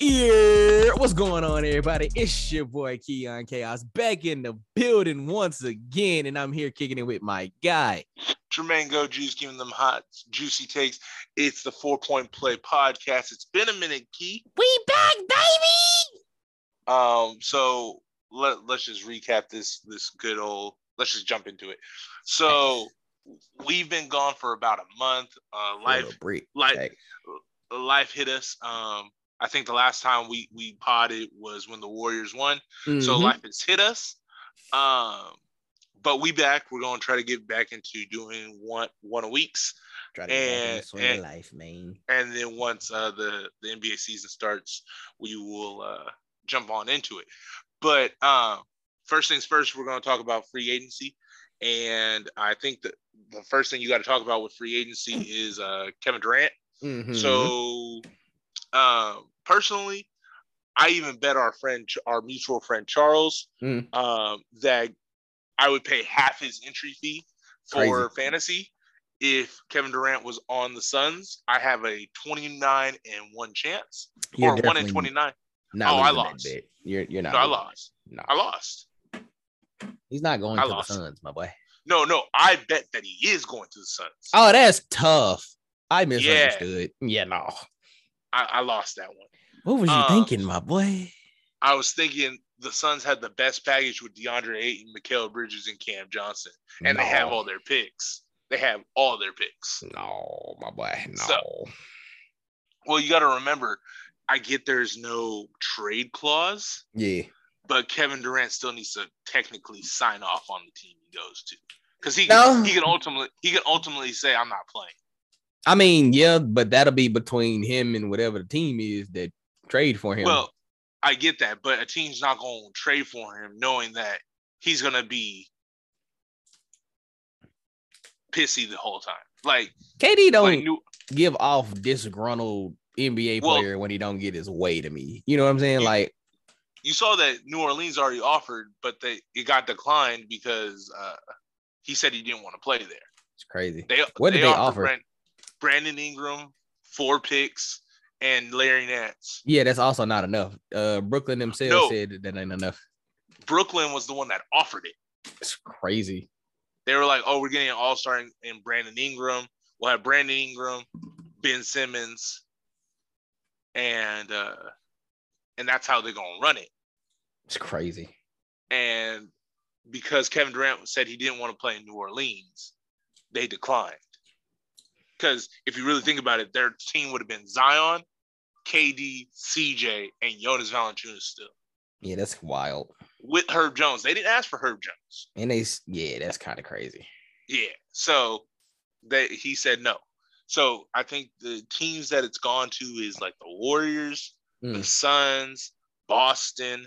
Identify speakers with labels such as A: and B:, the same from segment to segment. A: Yeah, what's going on, everybody? It's your boy Keon Chaos back in the building once again, and I'm here kicking it with my guy.
B: Tremaine Go Juice giving them hot, juicy takes. It's the Four Point Play podcast. It's been a minute, Key.
A: We back, baby!
B: Um, so let let's just recap this this good old. Let's just jump into it. So we've been gone for about a month. Uh, life
A: break.
B: life-
A: Hey,
B: life hit us. Um, I think the last time we we potted was when the Warriors won. So
A: mhm.
B: life has hit us. Um, but we back. We're gonna try to get back into doing one one a weeks,
A: Try to get back in the
B: and-
A: swing of
B: and-
A: life, man.
B: and then once uh, the the NBA season starts, we will uh, jump on into it. But um, first things first, we're gonna talk about free agency, and I think that the first thing you got to talk about with free agency is uh, Kevin Durant.
A: Mhm.
B: So, um, personally, I even bet our friend, our mutual friend Charles,
A: Mm.
B: um, that I would pay half his entry fee for fantasy if Kevin Durant was on the Suns. I have a 29 and one chance,
A: You're
B: or one in
A: definitely
B: 29.
A: not
B: Oh, I
A: losing that
B: lost.
A: bet. You're you're
B: No,
A: not.
B: I
A: losing.
B: lost.
A: No,
B: I lost.
A: he's not going
B: I
A: to
B: lost.
A: the Suns, my boy.
B: No, no, I bet that he is going to the Suns.
A: Oh, that's tough. I misunderstood. Yeah, no.
B: I, I lost that one.
A: What was you
B: Um,
A: thinking, my boy?
B: I was thinking the Suns had the best package with DeAndre Ayton, Mikael Bridges, and Cam Johnson. and they have
A: No.
B: all their picks. They have all their picks.
A: No, my boy. No.
B: So- Well, you got to remember, I get there's no trade clause,
A: yeah.
B: but Kevin Durant still needs to technically sign off on the team he goes to because he
A: No.
B: he can ultimately he can ultimately say I'm not playing.
A: I mean, yeah, but that'll be between him and whatever the team is that trade for him.
B: Well, I get that, but a team's not going to trade for him knowing that he's going to be pissy the whole time. Like,
A: KD don't
B: like New,
A: give off disgruntled NBA
B: Well-
A: player when he don't get his way to me. You know what I'm saying?
B: You-
A: Like,
B: you saw that New Orleans already offered, but they it got declined because uh, he said he didn't want to play there.
A: it's crazy.
B: They
A: What did they
B: offered
A: offer?
B: Brand- Brandon Ingram, four picks, and Larry Nance.
A: Yeah, that's also not enough. Uh, Brooklyn themselves
B: No.
A: said that, that ain't enough.
B: Brooklyn was the one that offered it.
A: It's crazy.
B: They were like, "Oh, we're getting an All Star in, in Brandon Ingram. We'll have Brandon Ingram, Ben Simmons, and uh, and that's how they're gonna run it."
A: It's crazy.
B: and because Kevin Durant said he didn't want to play in New Orleans, they declined. Because if you really think about it, their team would have been Zion, KD, CJ, and Jonas Valanciunas still
A: Yeah, that's wild.
B: with Herb Jones. They didn't ask for Herb Jones.
A: And they, s- yeah, that's kind of crazy.
B: Yeah, so that he said no. So I think the teams that it's gone to is like the Warriors, the
A: Mm.
B: Suns, Boston,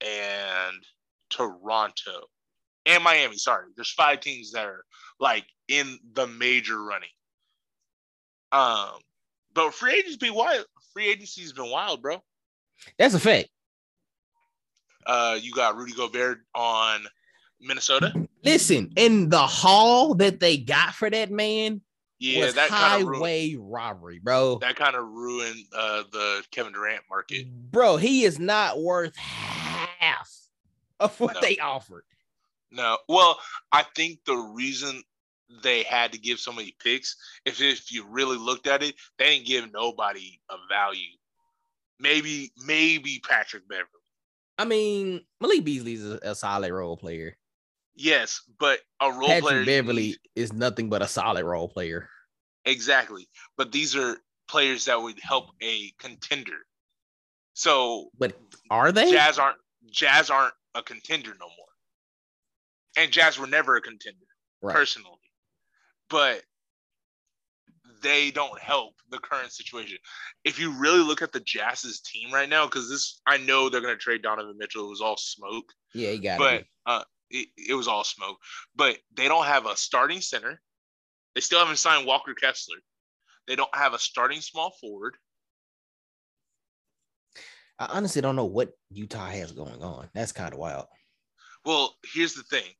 B: and Toronto and Miami. Sorry, there's five teams that are like in the major running. Um, but free agency be wild. Free agency's been wild, bro.
A: That's a fact.
B: Uh, you got Rudy Gobert on Minnesota.
A: Listen, in the haul that they got for that man
B: Yeah,
A: was
B: that kind of ruined,
A: highway robbery, bro.
B: that kind of ruined uh, the Kevin Durant
A: Mm.
B: market.
A: Bro, he is not worth half of what
B: No.
A: they offered.
B: No, well, I think the reason they had to give so many picks, if if you really looked at it, they didn't give nobody a value. Maybe maybe Patrick Beverly.
A: I mean, Malik Beasley's a, a solid role player.
B: Yes, but a role player
A: Patrick
B: you
A: Beverly
B: need-
A: is nothing but a solid role player.
B: exactly. But these are players that would help a contender. So
A: But are they?
B: Jazz aren't Jazz aren't a contender no more. And Jazz were never a contender.
A: right.
B: personally, but they don't help the current situation. If you really look at the Jazz's team right now, because this I know they're gonna trade Donovan Mitchell. It was all smoke,
A: yeah, he got
B: but
A: it.
B: uh, it, it was all smoke. But they don't have a starting center. They still haven't signed Walker Kessler. They don't have a starting small forward.
A: I honestly don't know what Utah has going on. That's kind of wild.
B: Well, here's the thing,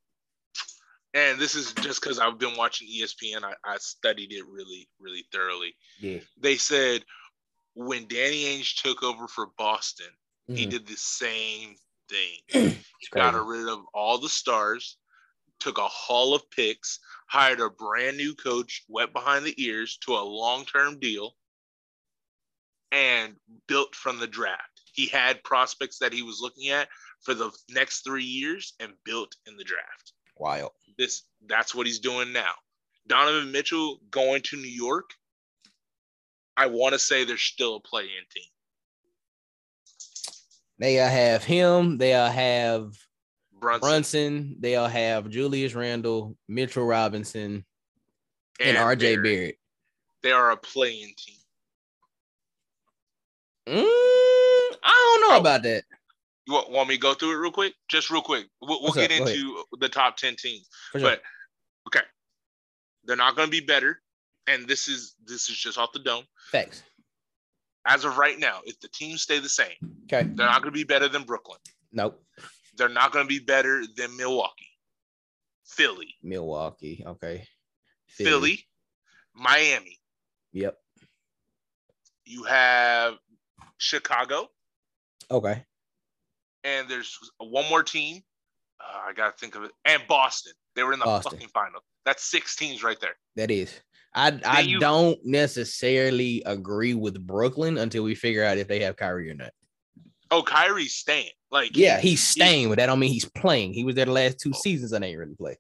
B: and this is just because I've been E watching ESPN. I, I studied it really, really thoroughly.
A: Yeah.
B: they said when Danny Ainge took over for Boston, he
A: Mm-hmm. Mm,
C: Mhm.
B: did the same thing.
C: It's
B: got
C: crazy.
B: rid of all the stars, took a haul of picks, hired a brand new coach, wet behind the ears to a long term deal, and built from the draft. He had prospects that he was looking at for the next three years and built in the draft.
C: Wild.
B: This that's what he's doing now. Donovan Mitchell going to New York. I want to say there's still a play in team.
A: They'll have him. They'll have
B: Brunson,
A: Brunson. They'll have Julius Randle, Mitchell Robinson, and,
B: they're-
A: RJ Barrett.
B: They are a play in team.
A: Mm, I don't know
B: Oh.
A: about that.
B: You want, want me to go through it real quick? Just real quick. We'll, we'll
A: What's up?
B: get
A: Go ahead.
B: into the top 10 teams.
A: For sure.
B: But- They're not going to be better. And this is this is just off the dome.
A: Facts.
B: As of right now, if the teams stay the same,
A: Okay.
B: they're not going to be better than Brooklyn.
A: Nope.
B: They're not going to be better than Milwaukee, Philly,
A: Milwaukee. Okay.
B: Philly, Miami.
A: Yep.
B: You have Chicago,
A: Okay.
B: and there's one more team. Uh, I got to think of it. And Boston. They were in the
A: Boston.
B: fucking final. That's six teams right there.
A: That is. I I
B: you-
A: don't necessarily agree with Brooklyn until we figure out if they have Kyrie or not.
B: Oh, Kyrie's staying. Like,
A: Yeah, he's staying, but that don't mean he's playing. He was there the last two seasons and ain't really played.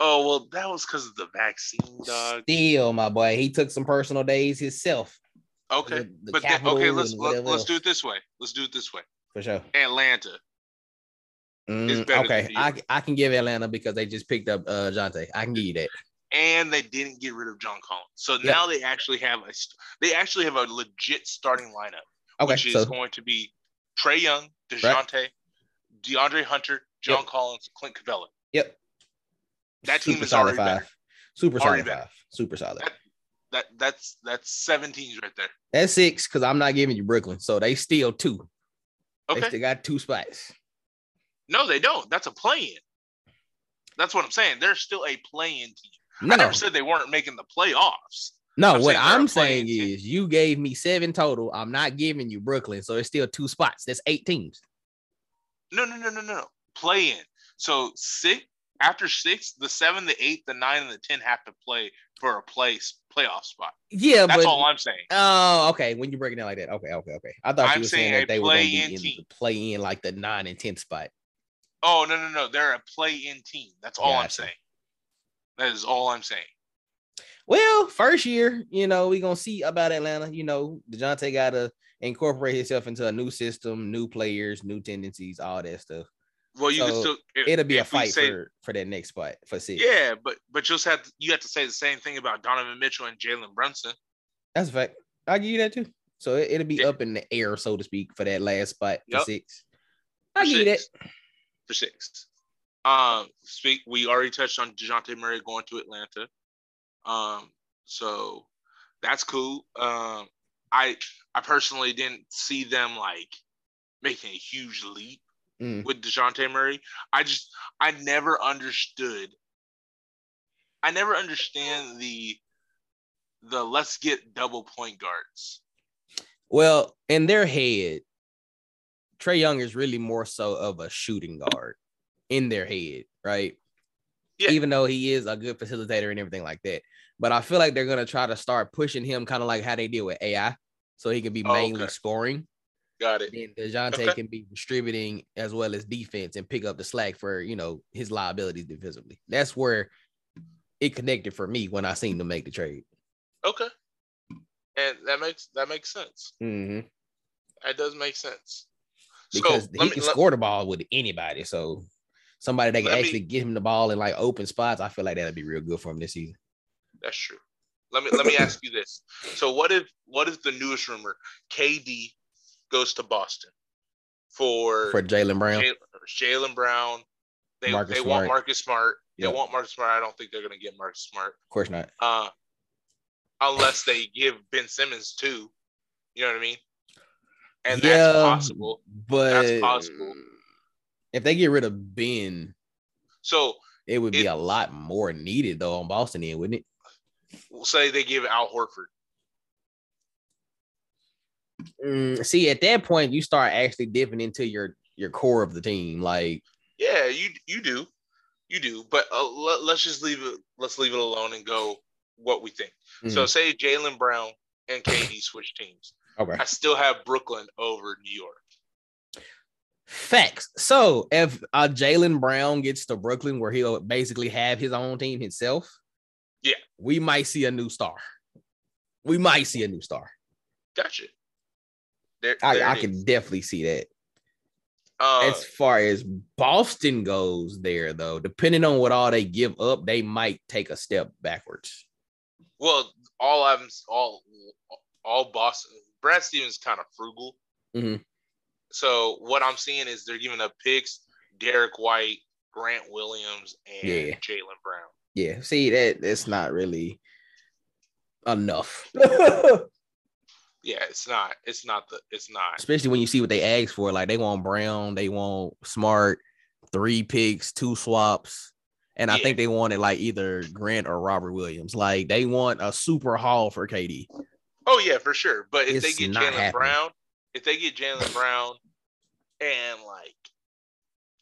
B: Oh well, that was because of the vaccine, dog.
A: Still, my boy, he took some personal days himself.
B: Okay,
A: The- the
B: but then,
A: Capitals
B: okay, let's
A: and
B: let,
A: whatever
B: let's do
A: else.
B: it this way. Let's do it this way.
A: For sure.
B: Atlanta.
A: Mm,
B: better
A: okay,
B: than you.
A: I, I can give Atlanta because they just picked up uh Jonte. I can give you that.
B: And they didn't get rid of John Collins, so
A: Yeah.
B: now they actually have a st- they actually have a legit starting lineup,
A: Okay,
B: which is
A: so
B: going to be Trey Young, Dejounte, DeAndre Hunter, John
A: Yep.
B: Collins, Clint Cavella.
A: yep,
B: That team is
A: solid
B: already better.
A: Super
B: Already
A: solid
B: better.
A: five. Super solid.
B: That that's that's seven teams right there.
A: That's six because I'm not giving you Brooklyn, so they still two. They
B: Okay,
A: still got two spots.
B: no, they don't. That's a play-in. That's what I'm saying. They're still a play-in team.
A: No,
B: I never said they weren't making the playoffs.
A: No,
B: I'm
A: what
B: saying they're a
A: I'm
B: playing
A: saying
B: team.
A: is you gave me seven total. I'm not giving you Brooklyn, so it's still two spots. That's eight teams.
B: No, no, no, no, no. no. Play in. So six after six, the seven, the eight, the nine, and the ten have to play for a place playoff spot.
A: Yeah,
B: That's
A: but
B: all I'm saying.
A: oh, okay. When you break it down like that, okay, okay, okay. I thought
B: I'm
A: you were
B: saying
A: saying,
B: a
A: that they were going to be in the
B: play-in team.
A: play in like the nine and ten spot.
B: Oh no, no, no. They're a play in team. That's all I'm
A: Gotcha.
B: saying. That is all I'm saying.
A: Well, first year, you know, we're gonna see about Atlanta. You know, DeJounte gotta incorporate himself into a new system, new players, new tendencies, all that stuff.
B: Well, you can
A: So,
B: still if-
A: It'll be a
B: if we
A: fight
B: say-
A: for for that next spot for six.
B: yeah, but but you just have to, you have to say the same thing about Donovan Mitchell and Jalen Brunson.
A: That's a fact. I give you that too. So it, it'll be
B: Yeah.
A: up in the air, so to speak, for that last spot for
B: Yup.
A: six. I give you that.
B: six. For six. Um, speak. We already touched on Dejounte Murray going to Atlanta. Um, so that's cool. Um, I I personally didn't see them like making a huge leap
A: Mm.
B: with Dejounte Murray. I just I never understood. I never understand the the let's get double point guards.
A: Well, in their head, Trey Young is really more so of a shooting guard in their head, right?
B: Yeah.
A: Even though he is a good facilitator and everything like that. But I feel like they're gonna try to start pushing him kind of like how they deal with AI. So he can be
B: Oh,
A: mainly
B: okay.
A: scoring.
B: Got it.
A: Then DeJounte
B: Okay.
A: can be distributing as well as defense and pick up the slack for you know his liabilities defensively. That's where it connected for me when I seen them make the trade.
B: Okay. And that makes that makes sense. That does make sense.
A: Because
B: so
A: he
B: let me
A: can
B: let-
A: score the ball with anybody. So somebody that can
B: Let me-
A: actually get him the ball in like open spots, I feel like that'd be real good for him this season.
B: that's true. Let me let me ask you this. So what if what if the newest rumor KD goes to Boston for,
A: For Jalen Brown.
B: Jal- Jalen Brown? They
A: Marcus
B: they want
A: Smart.
B: Marcus Smart.
A: Yep.
B: They want Marcus Smart. I don't think they're gonna get Marcus Smart.
A: Of course not.
B: Uh, unless they give Ben Simmons too. You know what I mean? And that's
A: Yeah.
B: possible.
A: But
B: possible.
A: if they get rid of Ben,
B: So
A: it would be
B: It-
A: a lot more needed though on Boston end, wouldn't it?
B: we'll say they give Al Horford.
A: Mm, see, at that point, you start actually dipping into your your core of the team. Like,
B: Yeah, you you do, you do. But uh, let, let's just leave it. Let's leave it alone and go what we think.
A: Mm-hmm.
B: So
A: mm,
B: say Jalen Brown and KD switch teams.
A: okay.
B: I still have Brooklyn over New York.
A: Facts. So if uh, Jalen Brown gets to Brooklyn, where he'll basically have his own team himself,
B: Yeah.
A: we might see a new star. We might see a new star.
B: Gotcha. There,
A: I,
B: there
A: I
B: it is.
A: can definitely see that.
B: Uh,
A: as far as Boston goes, there though, depending on what all they give up, they might take a step backwards.
B: well, all I'm all all Boston. Brad Stevens kind of frugal.
A: Mhm.
B: So what I'm seeing is they're giving up picks, Derek White, Grant Williams, and
A: Yeah.
B: Jalen Brown.
A: Yeah, see that that's not really enough,
B: Yeah, it's not. It's not the. It's not.
A: especially when you see what they ask for. Like they want Brown, they want Smart, three picks, two swaps, and I
B: Yeah.
A: think they wanted like either Grant or Robert Williams. Like they want a super haul for KD.
B: Oh yeah, for sure. But if
A: It's
B: they get
A: not
B: Jalen
A: happening.
B: Brown, if they get Jalen Brown, and like,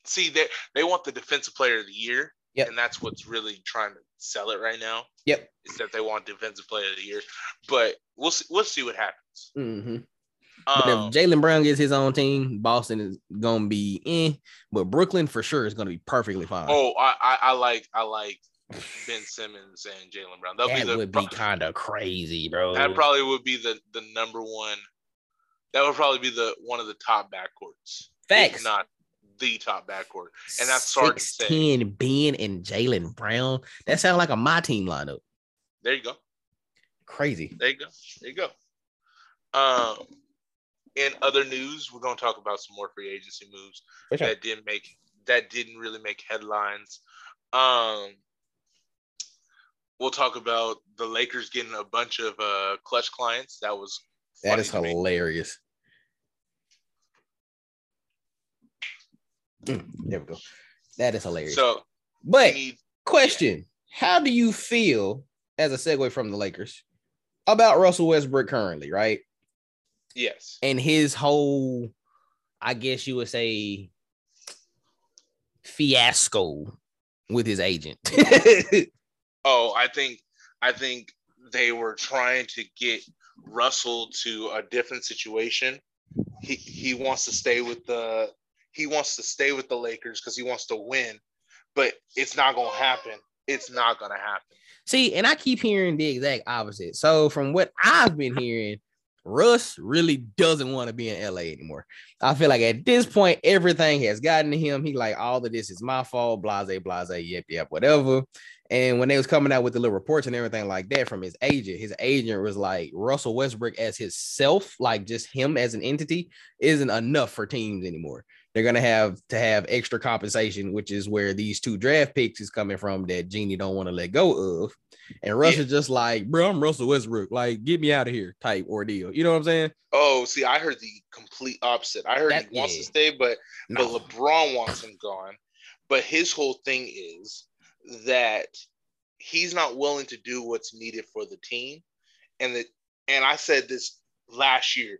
B: see they they want the defensive player of the year,
A: Yep.
B: and that's what's really trying to sell it right now.
A: Yep.
B: is that they want defensive player of the year. But we'll see, we'll see what happens.
A: Mm-hmm. But
B: Um,
A: if Jalen Brown gets his own team, Boston is gonna be eh, but Brooklyn for sure is gonna be perfectly fine.
B: oh, I, I I like I like Ben Simmons and Jalen Brown. That'll
A: that
B: be the
A: would be kind of crazy, bro.
B: that probably would be the the number one. That would probably be the one of the top backcourts. if
A: Facts.
B: not the top backcourt. and that's hard to say.
A: 16 Ben and Jalen Brown. That sounds like a my team lineup.
B: There you go.
A: Crazy.
B: There you go. There you go. Um, in other news, we're gonna talk about some more free agency moves
A: For sure.
B: that didn't make that didn't really make headlines. Um, we'll talk about the Lakers getting a bunch of uh, clutch clients. That was
A: That is
B: funny to me.
A: hilarious. Mm, There we go. That is hilarious.
B: So we
A: but
B: need-
A: question: How do you feel as a segue from the Lakers about Russell Westbrook currently, right?
B: yes,
A: and his whole, I guess you would say, fiasco with his agent.
B: Oh, I think I think they were trying to get Russell to a different situation. He he wants to stay with the he wants to stay with the Lakers because he wants to win, but it's not gonna happen. It's not gonna happen.
A: See, and I keep hearing the exact opposite. So, from what I've been hearing, Russ really doesn't want to be in LA anymore. I feel like at this point, everything has gotten to him. He like, all of this is my fault, blase, blase, yep, yep, whatever. And when they was coming out with the little reports and everything like that from his agent, his agent was like, Russell Westbrook as his self, like just him as an entity, isn't enough for teams anymore. They're gonna have to have extra compensation, which is where these two draft picks is coming from that Genie don't want to let go of. And Russ
B: Yeah.
A: is just like, bro, I'm Russell Westbrook. Like, get me out of here, type ordeal. You know what I'm saying?
B: Oh, see, I heard the complete opposite. I heard
A: That-
B: he wants to
A: yeah.
B: stay, but
A: No.
B: but LeBron wants him gone. But his whole thing is that he's not willing to do what's needed for the team. And that and I said this last year.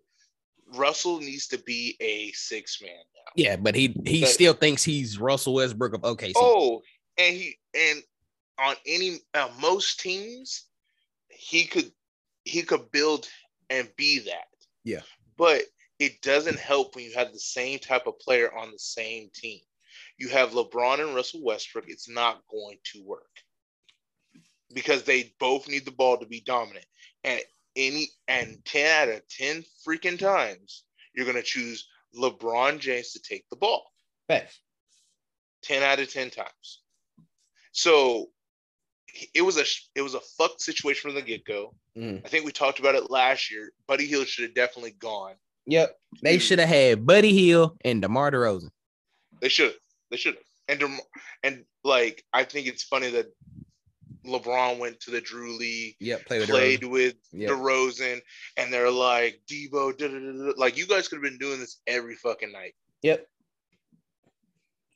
B: Russell needs to be a six man now.
A: Yeah, but he he
B: But-
A: still thinks he's Russell Westbrook of OKC.
B: Oh, and he and on any uh, most teams, he could he could build and be that.
A: Yeah.
B: But it doesn't help when you have the same type of player on the same team. You have LeBron and Russell Westbrook, it's not going to work. Because they both need the ball to be dominant. And any and 10 out of 10 freaking times, you're gonna choose LeBron James to take the ball.
A: Facts.
B: 10 out of 10 times. So it was a it was a fucked situation from the get go.
A: Mhm.
B: I think we talked about it last year. Buddy Hill should have definitely gone.
A: Yep.
B: Mm.
A: They should have had Buddy Hill and DeMar DeRozan.
B: They should. They should. have. And Dem- and like I think it's funny that LeBron went to the Drew League,
A: Yep. Play with
B: played with
A: DeRozan. Yep.
B: DeRozan, and they're like Debo. da, da, da, da, da." Like you guys could have been doing this every fucking night.
A: Yep.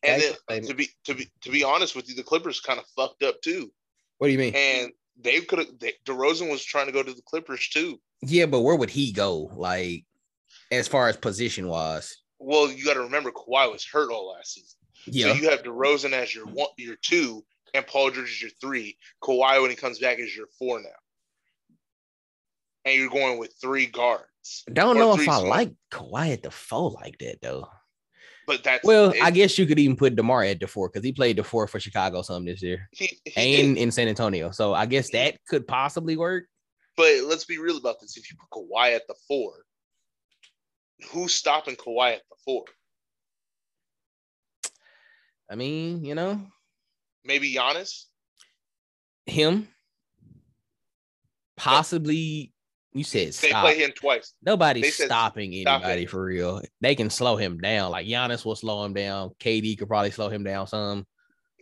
B: And
A: Thank
B: then,
A: you.
B: to be to be to be honest with you, the Clippers kind of fucked up too.
A: What do you mean?
B: and they could have. They, DeRozan was trying to go to the Clippers too.
A: Yeah, but where would he go? Like as far as position wise.
B: Well, you got to remember Kawhi was hurt all last season.
A: Yeah,
B: So you have DeRozan as your one, your two, and Paul George is your three. Kawhi, when he comes back, is your four now. And you're going with three guards.
A: don't
B: or
A: know if
B: three's
A: I
B: fine.
A: like Kawhi at the four like that though.
B: But that's
A: Well,
B: it.
A: I guess you could even put Demar at the four because he played the four for Chicago some this year
B: He- he did.
A: and in San Antonio. So I guess that could possibly work.
B: But let's be real about this. If you put Kawhi at the four, who's stopping Kawhi at the four?
A: I mean, you know,
B: Maybe Giannis?
A: him possibly. You said
B: They
A: stop.
B: play him twice.
A: Nobody's
B: They said
A: stopping
B: stop it.
A: anybody for real. They can slow him down. Like Giannis will slow him down. KD could probably slow him down some.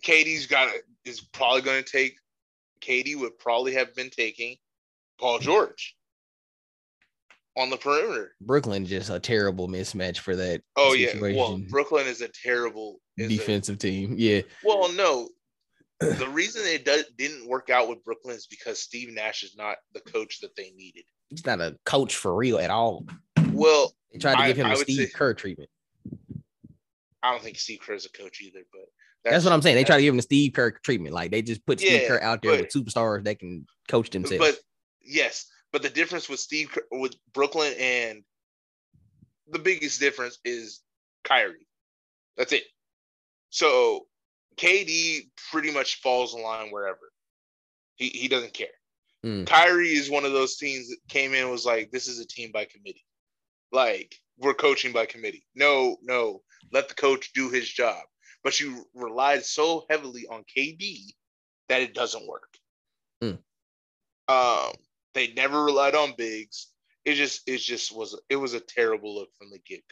B: KD's got is probably going to take. KD would probably have been taking Paul George on the perimeter.
A: Brooklyn just a terrible mismatch for that.
B: Oh yeah. Well,
A: situation.
B: Brooklyn is a terrible is a-
A: defensive team. Yeah,
B: well, no. The reason it does, didn't work out with Brooklyn is because Steve Nash is not the coach that they needed.
A: he's not a coach for real at all.
B: Well,
A: They tried to
B: I-
A: give him
B: I
A: the
B: would
A: Steve
B: say-
A: Kerr treatment.
B: I don't think Steve Kerr's a coach either, but
A: That's what I'm saying. They try to give him the Steve Kerr treatment. Like they just put Steve
B: Yeah,
A: Kerr out there with
B: but-
A: superstars that can coach themselves.
B: But yes, but the difference with Steve Kerr- with Brooklyn and the biggest difference is Kyrie. That's it. So KD pretty much falls in line wherever. He he doesn't care.
A: Mm.
B: Kyrie is one of those teams that came in and was like, this is a team by committee. Like we're coaching by committee. No, no, let the coach do his job. But you relied so heavily on KD that it doesn't work.
A: Mm.
B: Um, they never relied on bigs. It just it just was it was a terrible look from the get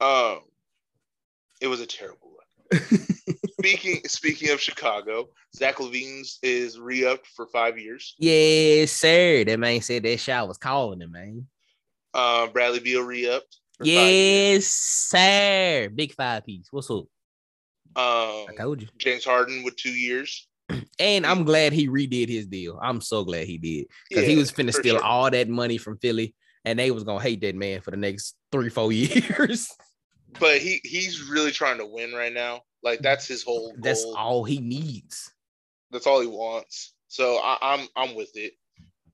B: go. Um, it was a terrible look. speaking speaking of Chicago, Zach Levine's is re-upped for five years.
A: yes, sir. That man said that shot was calling him, man.
B: Um, Bradley Beal re-upped. for five years.
A: Yes, sir. Big five piece. What's up? I
B: Um,
A: told you.
B: James Harden with two years.
A: And I'm glad he redid his deal. I'm so glad he did because he
B: Yeah,
A: was finna
B: for
A: steal
B: sure.
A: all that money from Philly, and they was gonna hate that man for the next three, four years.
B: But he he's really trying to win right now. Like that's his whole goal.
A: That's all he needs.
B: That's all he wants. So I, I'm I'm with it.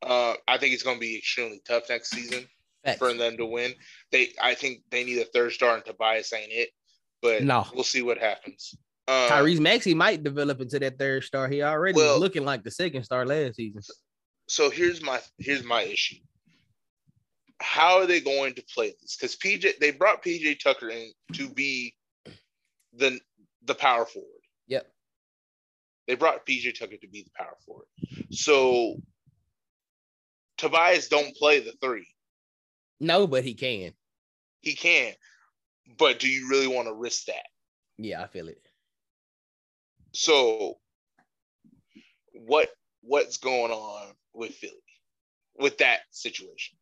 B: Uh, I think it's going to be extremely tough next season
A: Facts.
B: for them to win. They I think they need a third star, and Tobias ain't it. But
A: No.
B: we'll see what happens. Um,
A: Tyrese Maxey might develop into that third star. He already
B: Well-
A: was looking like the second star last season.
B: So here's my here's my issue. How are they going to play this? Because PJ they brought PJ Tucker in to be the the power forward.
A: Yep.
B: They brought PJ Tucker to be the power forward. So Tobias don't play the three.
A: No, but he can.
B: He can. But do you really want to risk that?
A: Yeah, I feel it.
B: So what what's going on with Philly with that situation?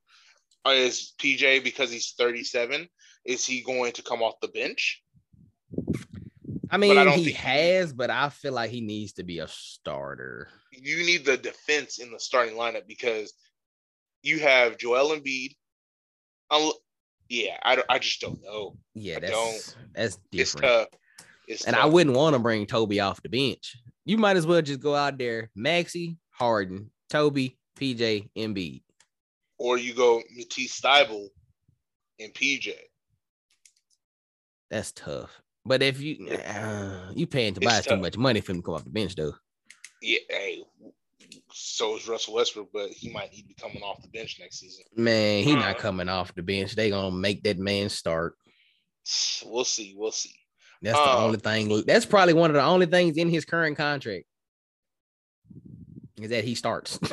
B: Is PJ because he's 37? Is he going to come off the bench?
A: I mean,
B: don't
A: he
B: think-
A: has, but I feel like he needs to be a starter.
B: You need the defense in the starting lineup because you have Joel Embiid. Unl- yeah, I, don't- I just don't know.
A: Yeah,
B: I
A: that's that's
B: It's
A: different.
B: tough. It's
A: And I
B: tough.
A: wouldn't want to bring Toby off the bench. You might as well just go out there, Maxi, Harden, Toby, PJ, Embiid.
B: or you go Matisse Steibel and PJ.
A: That's tough. But if you uh, you paying Tobias too
B: tough.
A: much money for him to come off the bench, though.
B: Yeah, hey, so is Russell Westbrook, but he might need to be coming off the bench next season.
A: Man, he not
B: Uh.
A: coming off the bench. They gonna make that man start.
B: We'll see. We'll see.
A: That's the
B: Uh,
A: only thing. That's probably one of the only things in his current contract is that he starts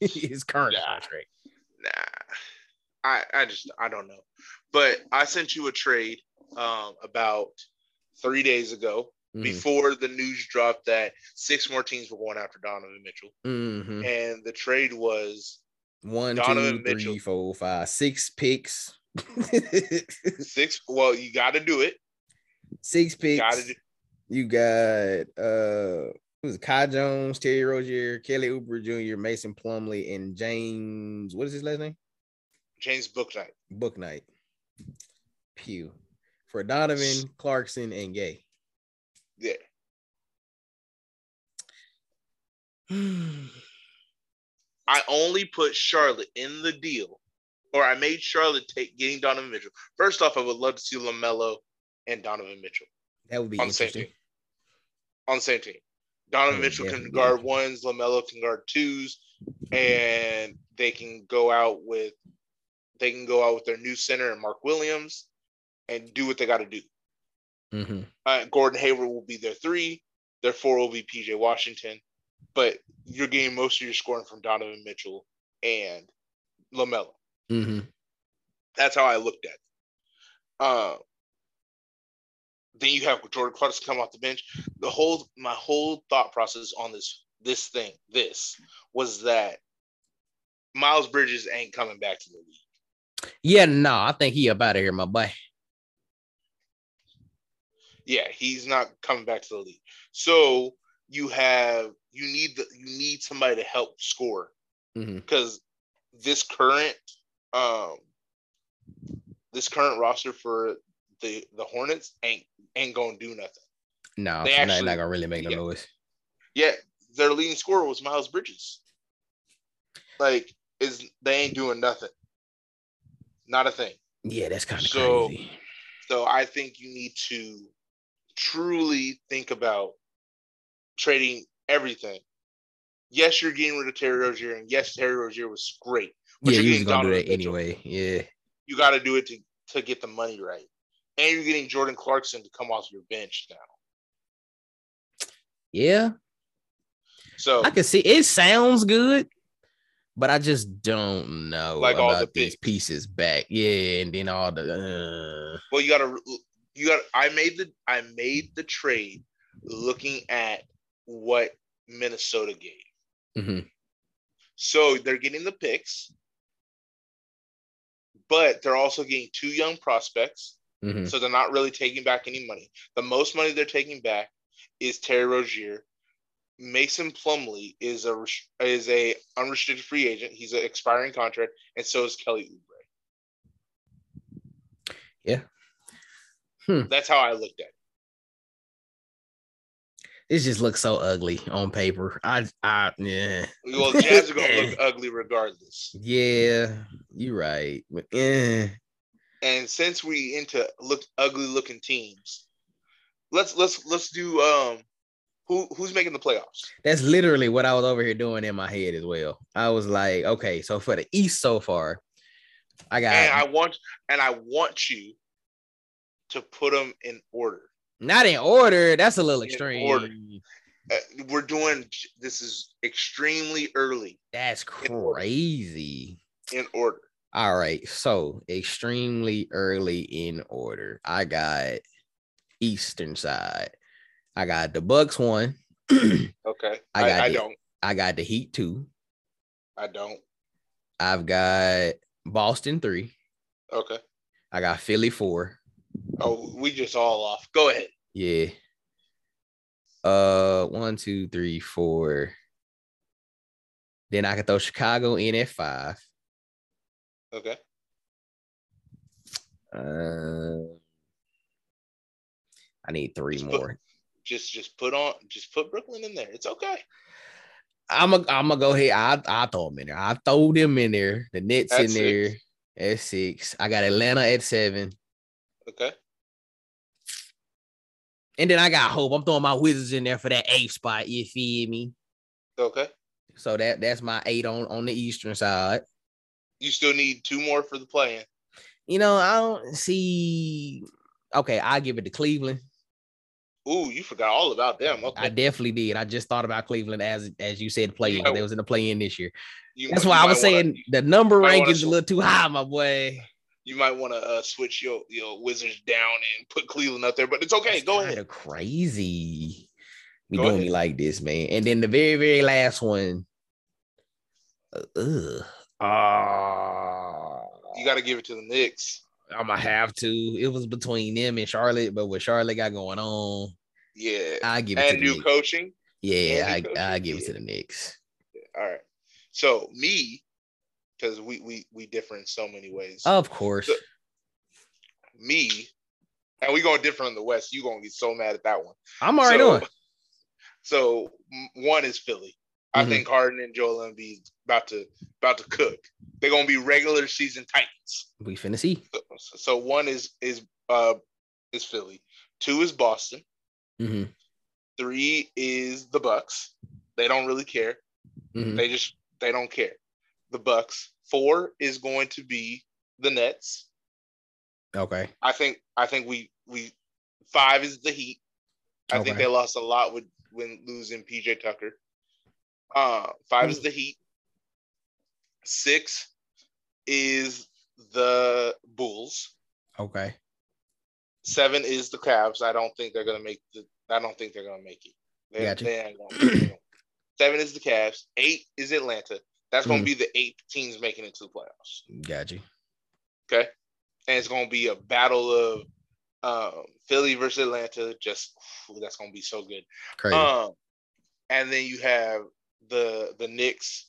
A: his current
B: Yeah.
A: contract.
B: Nah, I I just I don't know. But I sent you a trade um, about three days ago
A: Mhm,
B: before the news dropped that six more teams were going after Donovan Mitchell,
A: mhm.
B: and the trade was
A: Mm-hmm. One,
B: Donovan
A: two, three,
B: Mitchell.
A: four, five, six picks.
B: six. Well, you got to do it.
A: six picks.
B: Got to.
A: You got uh it was Kai Jones, Terry Rozier, Kelly Uber Jr., Mason Plumley, and James. What is his last name?
B: James Booknight.
A: Book night. Pew. For Donovan, Clarkson, and Gay.
B: Yeah. I only put Charlotte in the deal, or I made Charlotte take getting Donovan Mitchell. First off, I would love to see LaMelo and Donovan Mitchell
A: That would be
B: On the same
A: interesting.
B: team. on the same team. Donovan
A: Mm,
B: Mitchell can
A: definitely.
B: guard ones, LaMelo can guard twos, and they can go out with they can go out with their new center and Mark Williams and do what they got to do.
A: Mhm.
B: Uh, Gordon Hayward will be their three. Their four will be PJ Washington, but you're getting most of your scoring from Donovan Mitchell and Lamelo.
A: Mhm.
B: That's how I looked at it. Uh, then you have Jordan Clarkson come off the bench. The whole my whole thought process on this this thing this was that Miles Bridges ain't coming back to the league.
A: Yeah, no, I think he up out of here, my boy.
B: Yeah, he's not coming back to the league. So you have you need the, you need somebody to help score
A: Mhm.
B: because this current um this current roster for the the Hornets ain't ain't gonna do nothing.
A: No,
B: They
A: not-
B: actually-
A: not gonna really make no
B: yeah.
A: noise.
B: Yeah, their leading scorer was Miles Bridges. Like is they ain't doing nothing. Not a thing.
A: Yeah, that's kind of
B: So-
A: crazy.
B: So I think you need to truly think about trading everything. Yes, you're getting rid of Terry Rozier, and yes, Terry Rozier was great. But
A: yeah,
B: you're
A: he was
B: getting
A: gonna do
B: Donovan
A: that
B: Mitchell.
A: anyway. Yeah.
B: You got to do it to, to get the money right. And you're getting Jordan Clarkson to come off your bench now.
A: Yeah.
B: So
A: I can see it sounds good, but I just don't know
B: Like all
A: about
B: the
A: these pieces back. Yeah, and then all the uh,
B: Well, you gotta you got I made the I made the trade looking at what Minnesota gave.
A: Mhm.
B: So they're getting the picks, but they're also getting two young prospects.
A: mhm.
B: So they're not really taking back any money. The most money they're taking back is Terry Rozier. Mason Plumley is a res- is a unrestricted free agent. He's an expiring contract, and so is Kelly Oubre.
A: Yeah. Hmm.
B: That's how I looked at it.
A: it just looks so ugly on paper. I I yeah.
B: Well, Jazz are gonna look ugly regardless.
A: Yeah, you're right. But, eh.
B: And since we into look ugly looking teams, let's let's let's do um who who's making the playoffs?
A: That's literally what I was over here doing in my head as well. I was like, okay, so for the East so far, I got
B: And I want and I want you to put them in order.
A: not in order. That's a little
B: In
A: extreme.
B: order. Uh, we're doing this is extremely early
A: That's
B: In order.
A: crazy.
B: in order.
A: All right, so extremely early in order. I got Eastern side. I got the Bucks one. I
B: Okay.
A: I
B: I,
A: got
B: I,
A: it.
B: don't.
A: got the Heat two.
B: I don't.
A: I've got Boston three.
B: Okay.
A: I got Philly four.
B: Oh, we just all off. Go ahead.
A: Yeah. Uh, one, two, three, four. Then I could throw Chicago in at five.
B: Okay.
A: Uh, I need three
B: Just put-
A: more.
B: Just just put on just put Brooklyn in there. It's okay.
A: I'm gonna I'm gonna go ahead. I I throw them in there. I throw them in there. The Nets
B: At
A: in there at six. I got Atlanta at seven,
B: Okay.
A: and then I got hope. I'm throwing my Wizards in there for that eighth spot. You feel me?
B: Okay.
A: So that that's my eight on on the Eastern side.
B: You still need two more for the play-in.
A: You know I don't see. Okay, I give it to Cleveland.
B: Ooh, you forgot all about them. Okay.
A: I definitely did. I just thought about Cleveland as as you said, play in. 'cause They was in the play in this year.
B: You
A: That's
B: might-
A: why
B: you
A: I was
B: might wanna-
A: saying the number
B: might wanna
A: rank is
B: sw-
A: a little too high, my boy.
B: you might want to uh, switch your your Wizards down and put Cleveland up there, but it's okay.
A: That's
B: Go
A: kinda
B: ahead.
A: Crazy. We
B: Go
A: doing
B: ahead.
A: me like this, man. And then the very, very last one. Uh, ugh.
B: Uh,
A: Ah,
B: You got to give it to the Knicks.
A: I'ma have to. It was between them and Charlotte, but what Charlotte got going on,
B: Yeah,
A: I give it
B: and
A: to the
B: new
A: Knicks.
B: coaching.
A: yeah,
B: and new
A: I, I
B: coach,
A: give it
B: yeah.
A: to the Knicks.
B: All right. So me, because we we we differ in so many ways.
A: Of course.
B: Me, and we going different in the West. You gonna get so mad at that one.
A: I'm already
B: So-
A: on.
B: So m- one is Philly. I
A: Mhm.
B: think Harden and Joel Embiid about to about to cook. They're gonna be regular season Titans.
A: We finna see.
B: So, so one is is uh is Philly. Two is Boston.
A: hmm
B: Three is the Bucks. They don't really care.
A: hmm
B: They just they don't care. The Bucks. Four is going to be the Nets.
A: Okay.
B: I think I think we we five is the Heat. I think
A: Okay.
B: they lost a lot with when losing PJ Tucker. Uh five is the Heat. Six is the Bulls.
A: Okay.
B: Seven is the Cavs. I don't think they're gonna make the I don't think they're gonna make it. They,
A: Gotcha.
B: they ain't gonna- Seven is the Cavs. Eight is Atlanta. That's gonna
A: Mhm.
B: be the eight teams making it to the playoffs.
A: Got you.
B: and it's gonna be a battle of um, Philly versus Atlanta. Just ooh, that's gonna be so good.
A: Crazy.
B: Um, and then you have the the Knicks,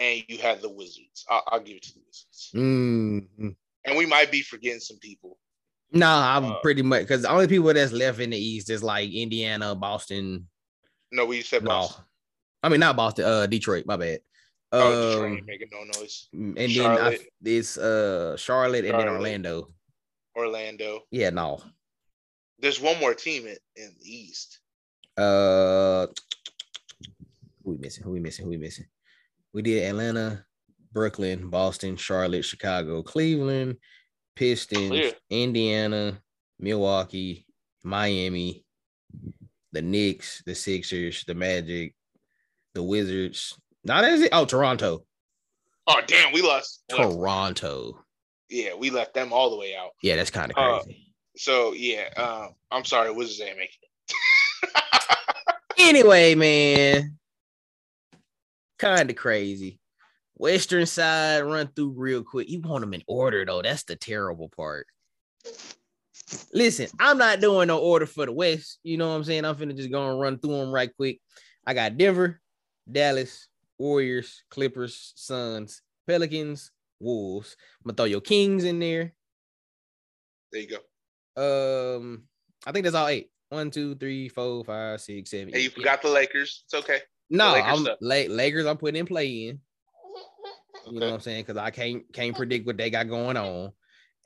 B: and you have the Wizards. I'll, I'll give it to the Wizards.
A: mm
B: And we might be forgetting some people.
A: No, I'm
B: Uh,
A: pretty much because the only people that's left in the East is like Indiana, Boston.
B: No, we said
A: No,
B: Boston.
A: I mean not Boston. Uh, Detroit. My bad.
B: oh, Detroit
A: Um,
B: ain't making no noise.
A: and then I,
B: Charlotte.
A: it's uh Charlotte, and then
B: Charlotte.
A: Orlando.
B: Orlando.
A: Yeah, no.
B: There's one more team in, in the East.
A: Uh, who we missing? Who we missing? Who we missing? We did Atlanta, Brooklyn, Boston, Charlotte, Chicago, Cleveland, Pistons,
B: Clear.
A: Indiana, Milwaukee, Miami, the Knicks, the Sixers, the Magic, the Wizards. Not as it. Oh, Toronto.
B: Oh damn, we lost. well,
A: Toronto.
B: yeah, we left them all the way out.
A: Yeah, that's kind of
B: Uh,
A: crazy.
B: So yeah, um, I'm sorry, Wizards ain't making it.
A: anyway, man. Kind of crazy. Western side run through real quick. You want them in order though. That's the terrible part. Listen, I'm not doing no order for the West. You know what I'm saying? I'm finna just go and run through them right quick. I got Denver, Dallas, Warriors, Clippers, Suns, Pelicans, Wolves. I'm gonna throw your Kings in there.
B: there you go.
A: Um, I think that's all eight. One, two, three, four, five, six, seven.
B: And you
A: eight. Yeah.
B: forgot the Lakers. It's okay.
A: No,
B: Lakers
A: I'm
B: stuff.
A: La- Lakers. I'm putting in play in. You know
B: Okay.
A: what I'm saying? Because I can't can't predict what they got going on.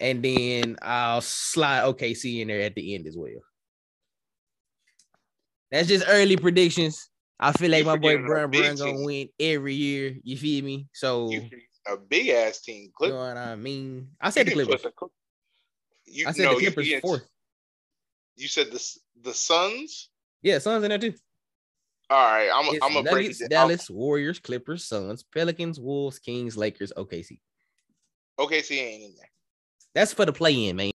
A: And then I'll slide OKC in there at the end as well. That's just early predictions. I feel like
B: You
A: my boy
B: forgetting our
A: Brun Brun
B: big
A: gonna
B: team.
A: win every year. You feel me? So
B: You
A: you
B: a big ass team. Clip.
A: know what I mean? I
B: you
A: said the
B: can put
A: Clippers.
B: Clip- You,
A: I said the
B: no, you-
A: Clippers
B: you,
A: fourth.
B: You said the S- the Suns.
A: Yeah, Suns in there too.
B: All right, I'm
A: It's
B: I'm gonna break
A: Nuggets,
B: it down.
A: Dallas, Warriors, Clippers, Suns, Pelicans, Wolves, Kings, Lakers, OKC.
B: OKC ain't in there.
A: That's for the play in, man.